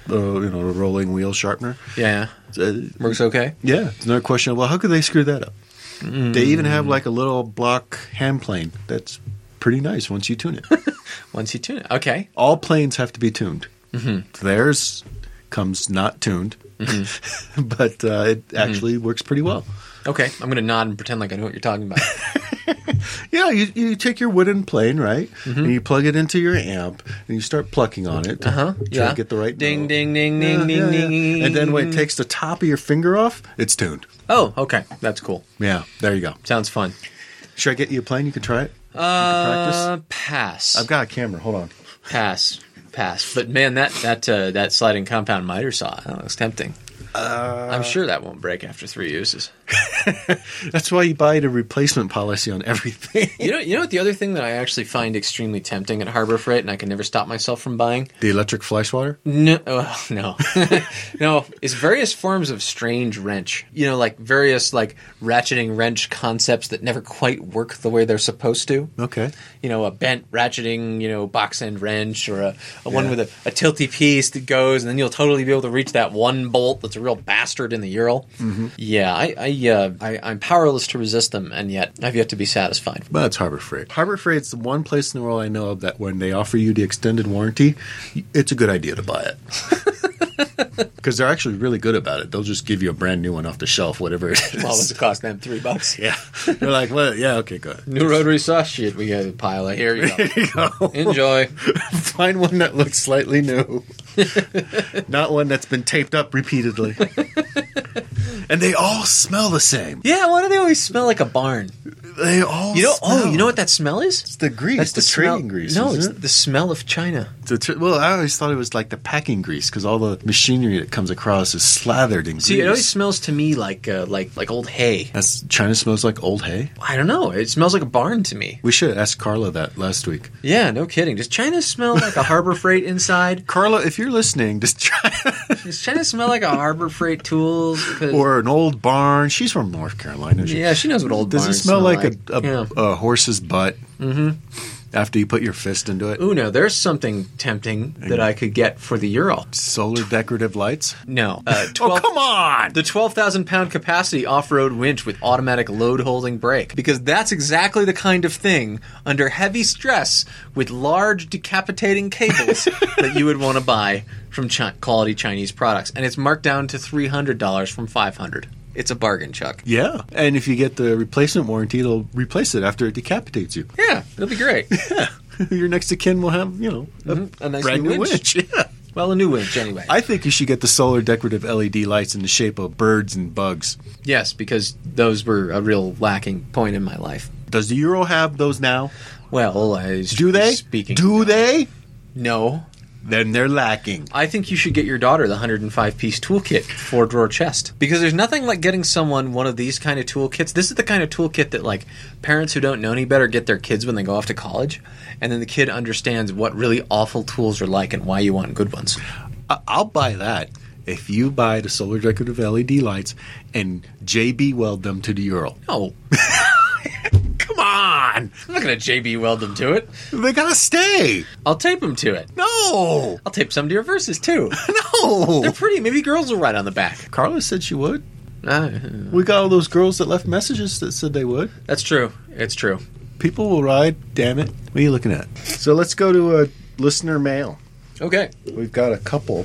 uh, you know, a rolling wheel sharpener.
Yeah.
Uh,
Works okay.
Yeah, it's another question. Well, how could they screw that up? They even have
Mm.
like a little block hand plane that's pretty nice once you tune it.
Once you tune it. Okay.
All planes have to be tuned.
Mm-hmm.
Theirs comes not tuned,
Mm-hmm.
but uh, it actually works pretty well.
Okay. I'm gonna nod and pretend like I know what you're talking about.
Yeah, you, you take your wooden plane, right?
Mm-hmm.
And you plug it into your amp and you start plucking on it. Uh Try
Huh? Uh-huh. yeah.
to get the right
Ding,
note.
ding, ding,
Yeah,
ding, ding,
yeah, yeah.
ding.
And then when it takes the top of your finger off, it's tuned.
Oh, okay. That's cool.
Yeah, there you go.
Sounds fun.
Should I get you a plane? You can try it.
Uh, pass.
I've got a camera. Hold on.
pass. Pass. But man, that that uh, oh, that sliding compound miter saw that looks tempting. I'm sure that won't break after three uses.
That's why you buy a replacement policy on everything.
You know, you know what? The other thing that I actually find extremely tempting at Harbor Freight, and I can never stop myself from buying.
the electric fly swatter?
No, well, no, no. It's various forms of strange wrench. You know, like various like ratcheting wrench concepts that never quite work the way they're supposed to.
Okay.
You know, a bent ratcheting, you know, box end wrench, or a, a one
Yeah.
with a, a tilty piece that goes, and then you'll totally be able to reach that one bolt that's a real bastard in the Ural.
Mm-hmm.
Yeah, I, I, uh, I, I'm powerless to resist them, and yet I've yet to be satisfied.
Well, it's Harbor Freight. Harbor Freight's the one place in the world I know of that when they offer you the extended warranty, it's a good idea to buy it. Because they're actually really good about it. They'll just give you a brand new one off the shelf, whatever it is.
Well, what's it cost them? Three bucks.
yeah. They're like, well, yeah, okay, go ahead.
New rotary saw shit. We got a pile of here. You go. Enjoy.
Find one that looks slightly new, not one that's been taped up repeatedly. and they all smell the same.
Yeah, why do they always smell like a barn?
They all.
You know, oh,
smell.
you know what that smell is?
It's the grease,
That's
the,
smell-
trading grease.
No,
isn't
it's
it?
the smell of China.
The tr- well, I always thought it was like the packing grease because all the machinery that comes across is slathered in
See,
grease.
it always smells to me like uh, like like old hay.
That's China smells like old hay.
I don't know. It smells like a barn to me.
We should ask Carla that last week.
Yeah, no kidding. Does China smell like a harbor freight inside?
Carla, if you're listening, just try
Does China smell like a harbor freight tools? 'Cause-
or an old barn. She's from North Carolina. She-
yeah, she knows what old
Does it
barns
smell like, Mm-hmm. a, a,
yeah.
a horse's butt after you put your fist into it?
Ooh, no, there's something tempting that I could get for the Ural.
Solar decorative lights.
No, uh, 12,
oh come on!
The 12,000 pound capacity off road winch with automatic load holding brake. Because that's exactly the kind of thing under heavy stress with large decapitating cables that you would want to buy from chi- quality Chinese products. And it's marked down to $300 from 500 It's a bargain, Chuck.
yeah, and if you get the replacement warranty, they'll replace it after it decapitates you.
Yeah, it'll be great.
your next of kin will have you know a,
A nice
brand
new
new
winch.
winch. Yeah.
Well, a new winch anyway.
I think you should get the solar decorative LED lights in the shape of birds and bugs.
yes, because those were a real lacking point in my life.
Does the Euro have those now?
Well, I
Do they?
Speaking.
Do they?
no.
Then they're lacking.
I think you should get your daughter the 105 piece toolkit, four drawer chest. Because there's nothing like getting someone one of these kind of toolkits. This is the kind of toolkit that, like, parents who don't know any better get their kids when they go off to college. And then the kid understands what really awful tools are like and why you want good ones.
I- I'll buy that if you buy the solar decorative LED lights and JB weld them to the Euro.
No,
Come on,
Oh, I'm not going to JB weld them to it.
they gotta stay.
I'll tape them to it.
No,
I'll tape some to your verses, too. They're
no.
pretty. Maybe girls will write on the back.
Carla said she would.
Uh,
We got all those girls that left messages that said they would.
that's true. It's true.
People will ride. Damn it! What are you looking at? So let's go to a listener mail.
Okay.
We've got a couple.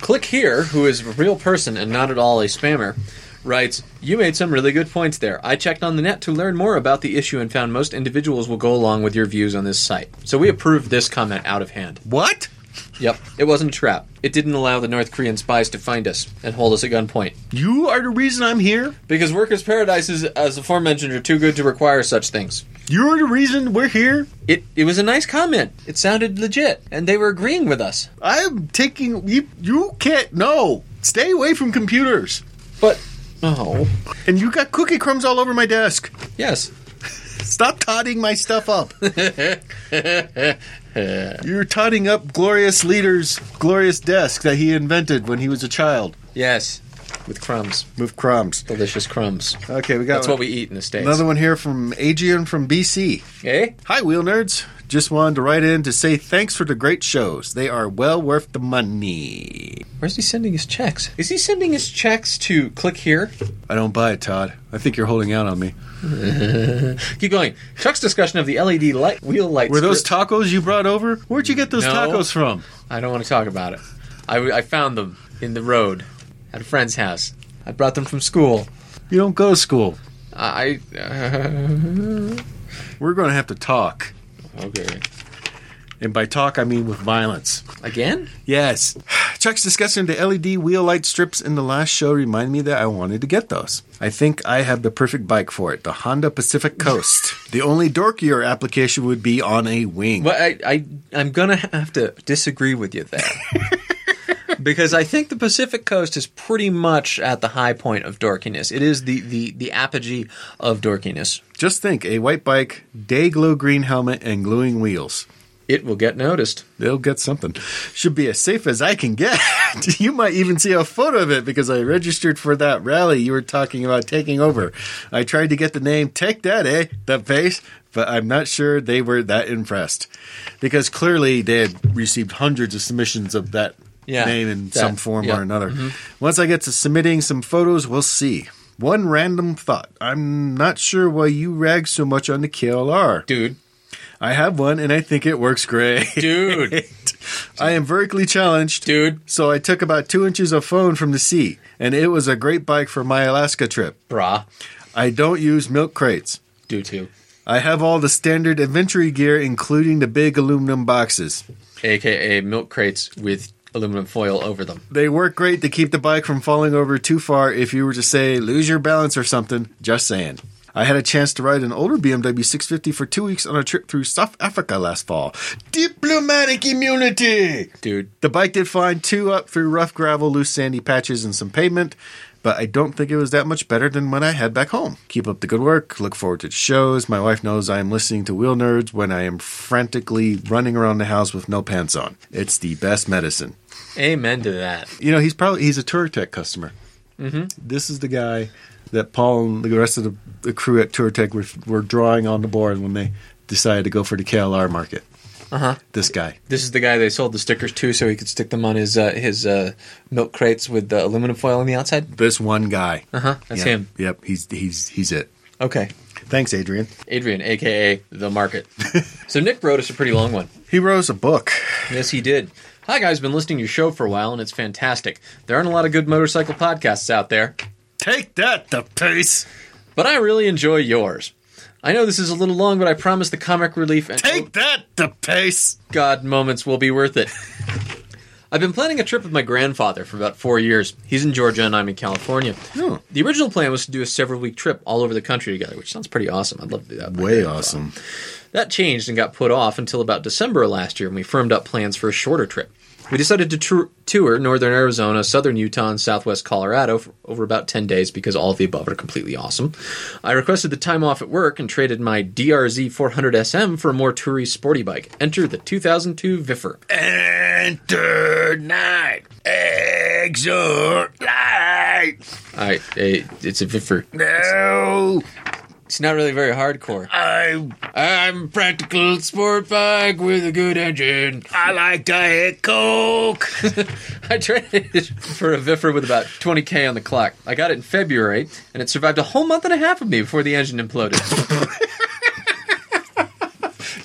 Click here, who is a real person and not at all a spammer, writes, You made some really good points there. I checked on the net to learn more about the issue and found most individuals will go along with your views on this site. So we approved this comment out of hand.
What?
Yep, it wasn't a trap. It didn't allow the North Korean spies to find us and hold us at gunpoint.
You are the reason I'm here.
Because workers' paradises, as aforementioned, are too good to require such things.
You're the reason we're here.
It, it was a nice comment. It sounded legit, and they were agreeing with us.
I'm taking you. You can't. No, stay away from computers.
But, oh,
And you got cookie crumbs all over my desk.
yes.
Stop totting my stuff up. You're totting up glorious leader's glorious desk that he invented when he was a child.
Yes. With crumbs.
Move crumbs.
Delicious crumbs.
Okay, we got
That's
one.
what we eat in the States.
Another one here from Adrian from BC.
Eh?
Hi, Wheel Nerds. Just wanted to write in to say thanks for the great shows. They are well worth the money.
Where's he sending his checks? Is he sending his checks to click here?
I don't buy it, Todd. I think you're holding out on me.
Keep going. Chuck's discussion of the LED light wheel lights.
Were those tacos you brought over? Where'd you get those
No.
tacos from?
I don't want to talk about it. I, w- I found them in the road at a friend's house. I brought them from school.
You don't go to school.
I. uh,
We're going to have to talk.
okay.
And by talk, I mean with violence.
Again?
Yes. Chuck's discussion of the LED wheel light strips in the last show reminded me that I wanted to get those. I think I have the perfect bike for it the Honda Pacific Coast. the only dorkier application would be on a wing.
Well, I, I, I'm going to have to disagree with you there. because I think the Pacific Coast is pretty much at the high point of dorkiness. It is the the the apogee of dorkiness.
Just think a white bike, day glow green helmet, and gluing wheels.
It will get noticed.
They'll get something. Should be as safe as I can get. you might even see a photo of it because I registered for that rally you were talking about taking over. I tried to get the name Take That, eh? The face. But I'm not sure they were that impressed because clearly they had received hundreds of submissions of that
Yeah,
name in
that-
some form
yeah. Mm-hmm.
or another. Once I get to submitting some photos, we'll see. One random thought. I'm not sure why you rag so much on the KLR.
Dude,
I have one and I think it works great.
dude,
I am vertically challenged.
dude,
So I took about two inches of phone from the sea, and it was a great bike for my Alaska trip.
brah,
I don't use milk crates.
do too.
I have all the standard adventure gear, including the big aluminum boxes.
AKA milk crates with aluminum foil over them.
They work great to keep the bike from falling over too far if you were to say lose your balance or something. Just saying. I had a chance to ride an older BMW 650 for two weeks on a trip through South Africa last fall. Diplomatic immunity!
Dude,
The bike did fine two up through rough gravel, loose sandy patches, and some pavement, but I don't think it was that much better than when I head back home. Keep up the good work. Look forward to the shows. My wife knows I am listening to Wheel Nerds when I am frantically running around the house with no pants on. It's the best medicine.
amen to that.
You know, he's probably he's a TourTech customer. Mm-hmm. This is the guy that Paul and the rest of the, the crew at TourTech were, were drawing on the board when they decided to go for the KLR market. Uh huh. This guy.
This is the guy they sold the stickers to, so he could stick them on his uh, his uh, milk crates with the aluminum foil on the outside.
This one guy. Uh
Uh-huh, that's
yep.
him.
Yep. He's he's he's it.
Okay,
Thanks, Adrian.
Adrian, aka the market. so Nick wrote us a pretty long one.
He wrote us a book.
Yes, he did. Hi guys, been listening to your show for a while, and it's fantastic. There aren't a lot of good motorcycle podcasts out there.
Take that, the pace.
but I really enjoy yours. I know this is a little long, but I promise the comic relief and
Take that, the pace.
oh god moments will be worth it. I've been planning a trip with my grandfather for about four years. He's in Georgia and I'm in California. The original plan was to do a several week trip all over the country together, which sounds pretty awesome. I'd love to do that.
Way awesome.
That changed and got put off until about December of last year when we firmed up plans for a shorter trip. We decided to tour, tour northern Arizona, southern Utah, and southwest Colorado for over about 10 days because all of the above are completely awesome. I requested the time off at work and traded my DRZ 400SM for a more toury sporty bike. Enter the 2002 Viffer.
Enter night. Exhort light.
I, eh, it's a Viffer.
No,
It's not really very hardcore.
I
I'm a practical sport bike with a good engine.
I like diet coke.
I traded it for a Viffer with about 20k on the clock. I got it in February, and it survived a whole month and a half of me before the engine imploded.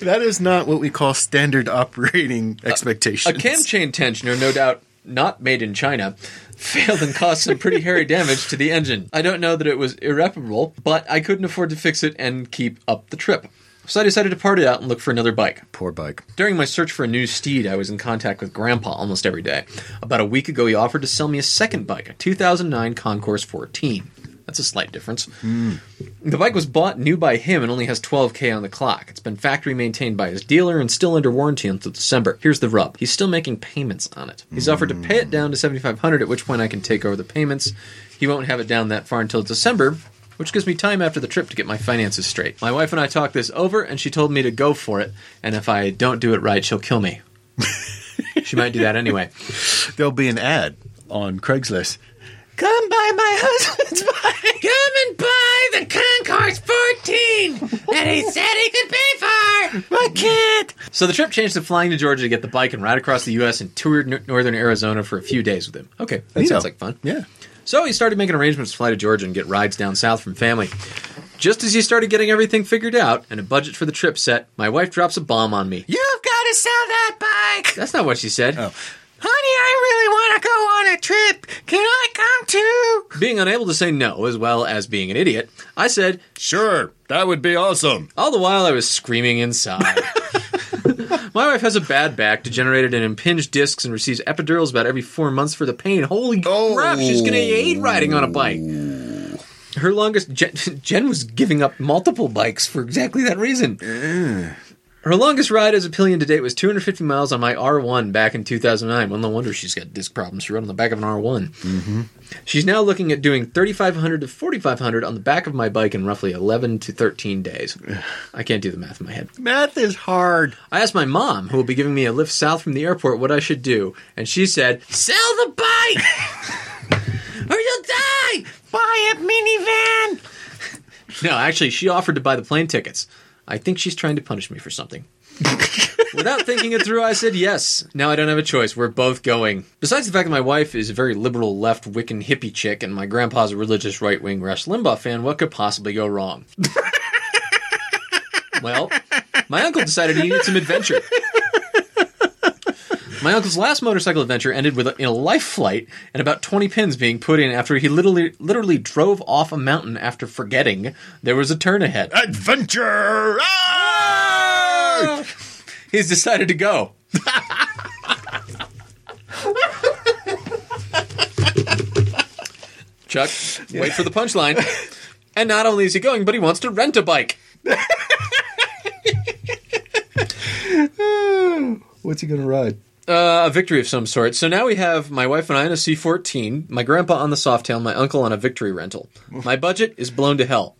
that is not what we call standard operating
a
expectations.
cam chain tensioner, no doubt not made in China, failed and caused some pretty hairy damage to the engine. I don't know that it was irreparable, but I couldn't afford to fix it and keep up the trip. So I decided to part it out and look for another bike.
Poor bike.
During my search for a new steed, I was in contact with Grandpa almost every day. About a week ago, he offered to sell me a second bike, a 2009 Concourse 14. That's a slight difference. The bike was bought new by him and only has 12k on the clock. It's been factory maintained by his dealer and still under warranty until December. Here's the rub: he's still making payments on it. He's offered to pay it down to 7,500, at which point I can take over the payments. He won't have it down that far until December, which gives me time after the trip to get my finances straight. My wife and I talked this over, and she told me to go for it. And if I don't do it right, she'll kill me. she might do that anyway.
There'll be an ad on Craigslist.
Come buy my husband's bike. Come and buy the Concourse 14 that he said he could pay for. My kid. So the trip changed to flying to Georgia to get the bike and ride across the U.S. and toured n- northern Arizona for a few days with him. Okay, that
Neato.
sounds like fun.
Yeah.
So he started making arrangements to fly to Georgia and get rides down south from family. Just as he started getting everything figured out and a budget for the trip set, my wife drops a bomb on me.
You've got to sell that bike.
That's not what she said.
Honey, I really want to go on a trip. Can I come too?
Being unable to say no, as well as being an idiot, I said,
Sure, that would be awesome.
All the while, I was screaming inside. My wife has a bad back, degenerated and impinged discs, and receives epidurals about every four months for the pain. Holy crap, she's going to hate riding on a bike. Her longest. Jen, Jen was giving up multiple bikes for exactly that reason. Her longest ride as a pillion to date was 250 miles on my R1 back in 2009. Well, no wonder she's got disc problems. She rode on the back of an R1. Mm-hmm. She's now looking at doing 3,500 to 4,500 on the back of my bike in roughly 11 to 13 days. I can't do the math in my head.
Math is hard.
I asked my mom, who will be giving me a lift south from the airport, what I should do, and she said, "Sell the bike, or you'll die."
Buy a minivan.
No, actually, she offered to buy the plane tickets. I think she's trying to punish me for something. Without thinking it through, I said yes. Now I don't have a choice. We're both going. Besides the fact that my wife is a very liberal left Wiccan hippie chick and my grandpa's a religious right wing Rush Limbaugh fan, what could possibly go wrong? well, my uncle decided he needed some adventure. My uncle's last motorcycle adventure ended with a, in a life flight and about 20 pins being put in after he literally literally drove off a mountain after forgetting there was a turn ahead.
Adventure! Ah!
He's decided to go. Chuck, wait for the punchline. And not only is he going, but he wants to rent a bike.
What's he gonna ride?
Uh, a victory of some sort. So now we have my wife and I on a C14, my grandpa on the Softail, my uncle on a victory rental. My budget is blown to hell.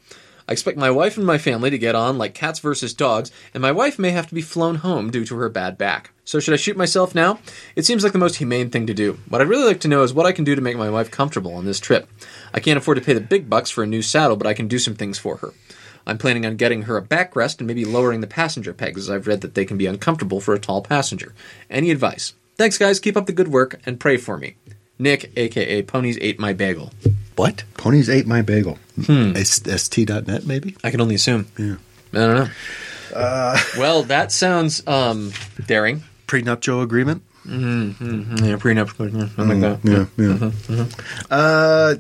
I expect my wife and my family to get on like cats versus dogs, and my wife may have to be flown home due to her bad back. So should I shoot myself now? It seems like the most humane thing to do. What I'd really like to know is what I can do to make my wife comfortable on this trip. I can't afford to pay the big bucks for a new saddle, but I can do some things for her. I'm planning on getting her a backrest and maybe lowering the passenger pegs, as I've read that they can be uncomfortable for a tall passenger. Any advice? Thanks, guys. Keep up the good work and pray for me. Nick, aka Ponies Ate My Bagel.
What? Ponies ate my bagel. Hmm. ST.net, maybe?
I can only assume. Yeah. Uh, I don't know. well, that sounds um, daring.
Prenup Joe agreement?
Mm-hmm. Yeah, Mm-hmm. prenup. Something like that.
yeah. Uh,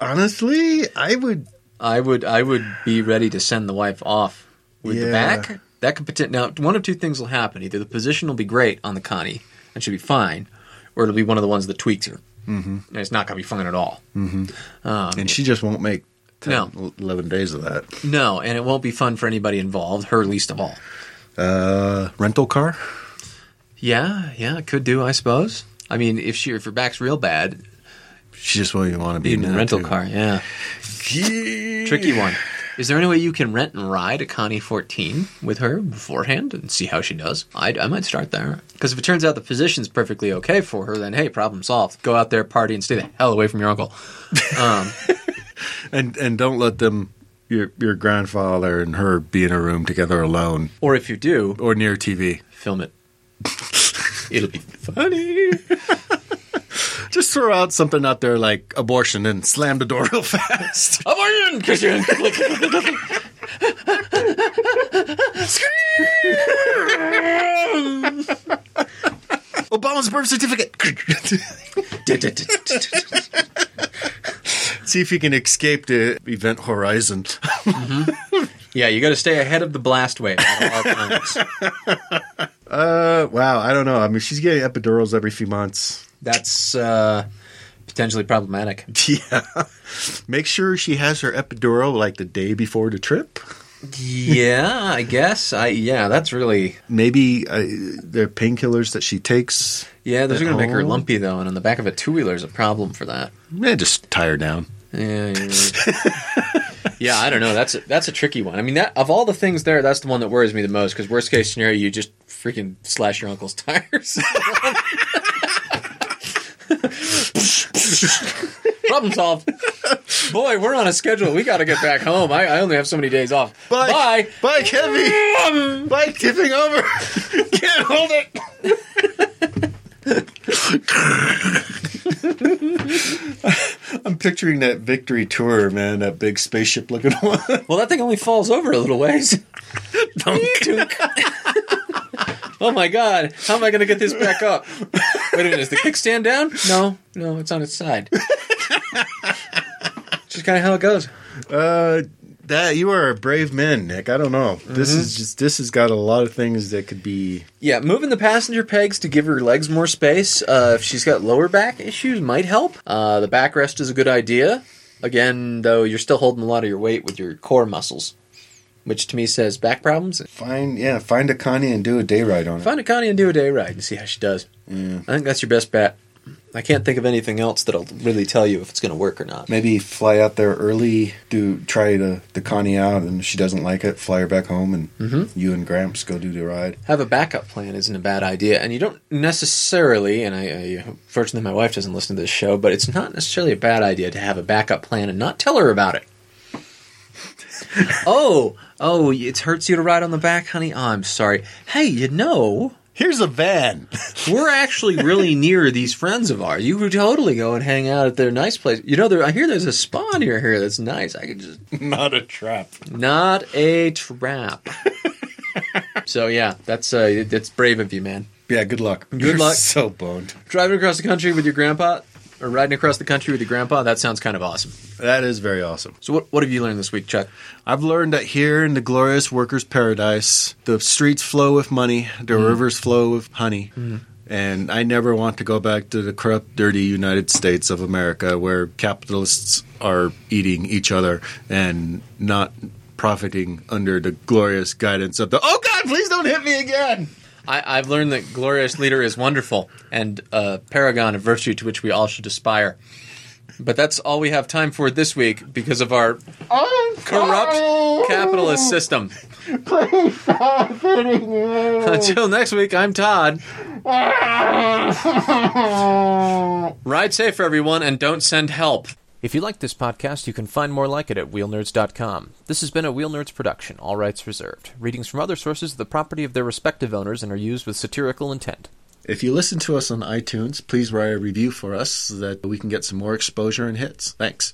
honestly, I would.
I would I would be ready to send the wife off with the
Yeah.
back. That could potent- now one of two things will happen. Either the position will be great on the Connie and she'll be fine, or it'll be one of the ones that tweaks her. Mm-hmm. And it's not going to be fine at all.
And she just won't make 10,
No.
11 days of that.
No, and it won't be fun for anybody involved, her least of all.
Uh, rental car?
Yeah, yeah, it could do, I suppose. I mean, if she if her back's real bad,
She just won't even want to be
even
in that,
rental
too.
car, yeah, tricky one. Is there any way you can rent and ride a Connie 14 with her beforehand and see how she does? I'd, I might start there. Because if it turns out the position's perfectly okay for her, then hey, problem solved. Go out there, party, and stay the hell away from your uncle.
And and don't let them your your grandfather and her be in a room together alone
Or if you do,
or near TV.
film it. It'll be funny.
Just throw out something out there like abortion and slam the door real fast.
Abortion, Christian.
Obama's birth certificate. See if you can escape the event horizon.
yeah, you got to stay ahead of the blast wave. at all times.
Uh, wow, I don't know. I mean, she's getting epidurals every few months.
That's uh, potentially problematic.
Yeah. Make sure she has her epidural like the day before the trip.
Yeah, I guess. I yeah, that's really
Maybe uh, there are painkillers that she takes.
yeah. Those are
At
gonna make her
home?
lumpy though, and on the back of a two wheeler is a problem for that.
Man, just tire down.
Yeah, yeah. yeah, I don't know. That's a, that's a tricky one. I mean, that of all the things there, that's the one that worries me the most. Because worst case scenario, you just freaking slash your uncle's tires. Problem solved. Boy, we're on a schedule. We got to get back home. I, I only have so many days off. Bye.
Bike heavy. Bike tipping over. Can't hold it. I'm picturing that victory tour, man. That big spaceship looking one.
Well, that thing only falls over a little ways. Dunk. oh my god, how am I going to get this back up? Wait a minute, is the kickstand down? No, no, it's on its side. Just kind of how it goes.
Uh, that you are a brave man, Nick. I don't know. This is just. This has got a lot of things that could be.
Yeah, moving the passenger pegs to give her legs more space. Uh, if she's got lower back issues, might help. Uh, the backrest is a good idea. Again, though, you're still holding a lot of your weight with your core muscles, which to me says back problems.
Find yeah, find a Connie and do a day ride on it.
Find a Connie and do a day ride and see how she does. I think that's your best bet. I can't think of anything else that'll really tell you if it's going to work or not.
Maybe fly out there early, do try the the Connie out, and if she doesn't like it, fly her back home, and
Mm-hmm.
you and Gramps go do the ride.
Have a backup plan isn't a bad idea, and you don't necessarily. And I, I fortunately, my wife doesn't listen to this show, but it's not necessarily a bad idea to have a backup plan and not tell her about it. oh, oh, it hurts you to ride on the back, honey. Oh, I'm sorry. Hey, you know,
Here's a van.
we're actually really near these friends of ours. You could totally go and hang out at their nice place. You know, there, I hear there's a spa near here that's nice. I could just
Not a trap.
not a trap. so yeah, that's uh, that's brave of you, man.
Yeah, good luck. Good
luck.
So boned.
Driving across the country with your grandpa, or riding across the country with your grandpa, that sounds kind of awesome.
That is very awesome.
So, what, what have you learned this week, Chuck?
I've learned that here in the glorious workers' paradise, the streets flow with money, the rivers flow with honey. And I never want to go back to the corrupt, dirty United States of America where capitalists are eating each other and not profiting under the glorious guidance of the Oh God, please don't hit me again.
I, I've learned that glorious leader is wonderful and a paragon of virtue to which we all should aspire. But that's all we have time for this week because of our corrupt capitalist system. Until next week, I'm Todd. Ride safe, everyone, and don't send help.
If you like this podcast, you can find more like it at wheelnerds.com. This has been a Wheel Nerds production, all rights reserved. Readings from other sources are the property of their respective owners and are used with satirical intent.
If you listen to us on iTunes, please write a review for us so that we can get some more exposure and hits. Thanks.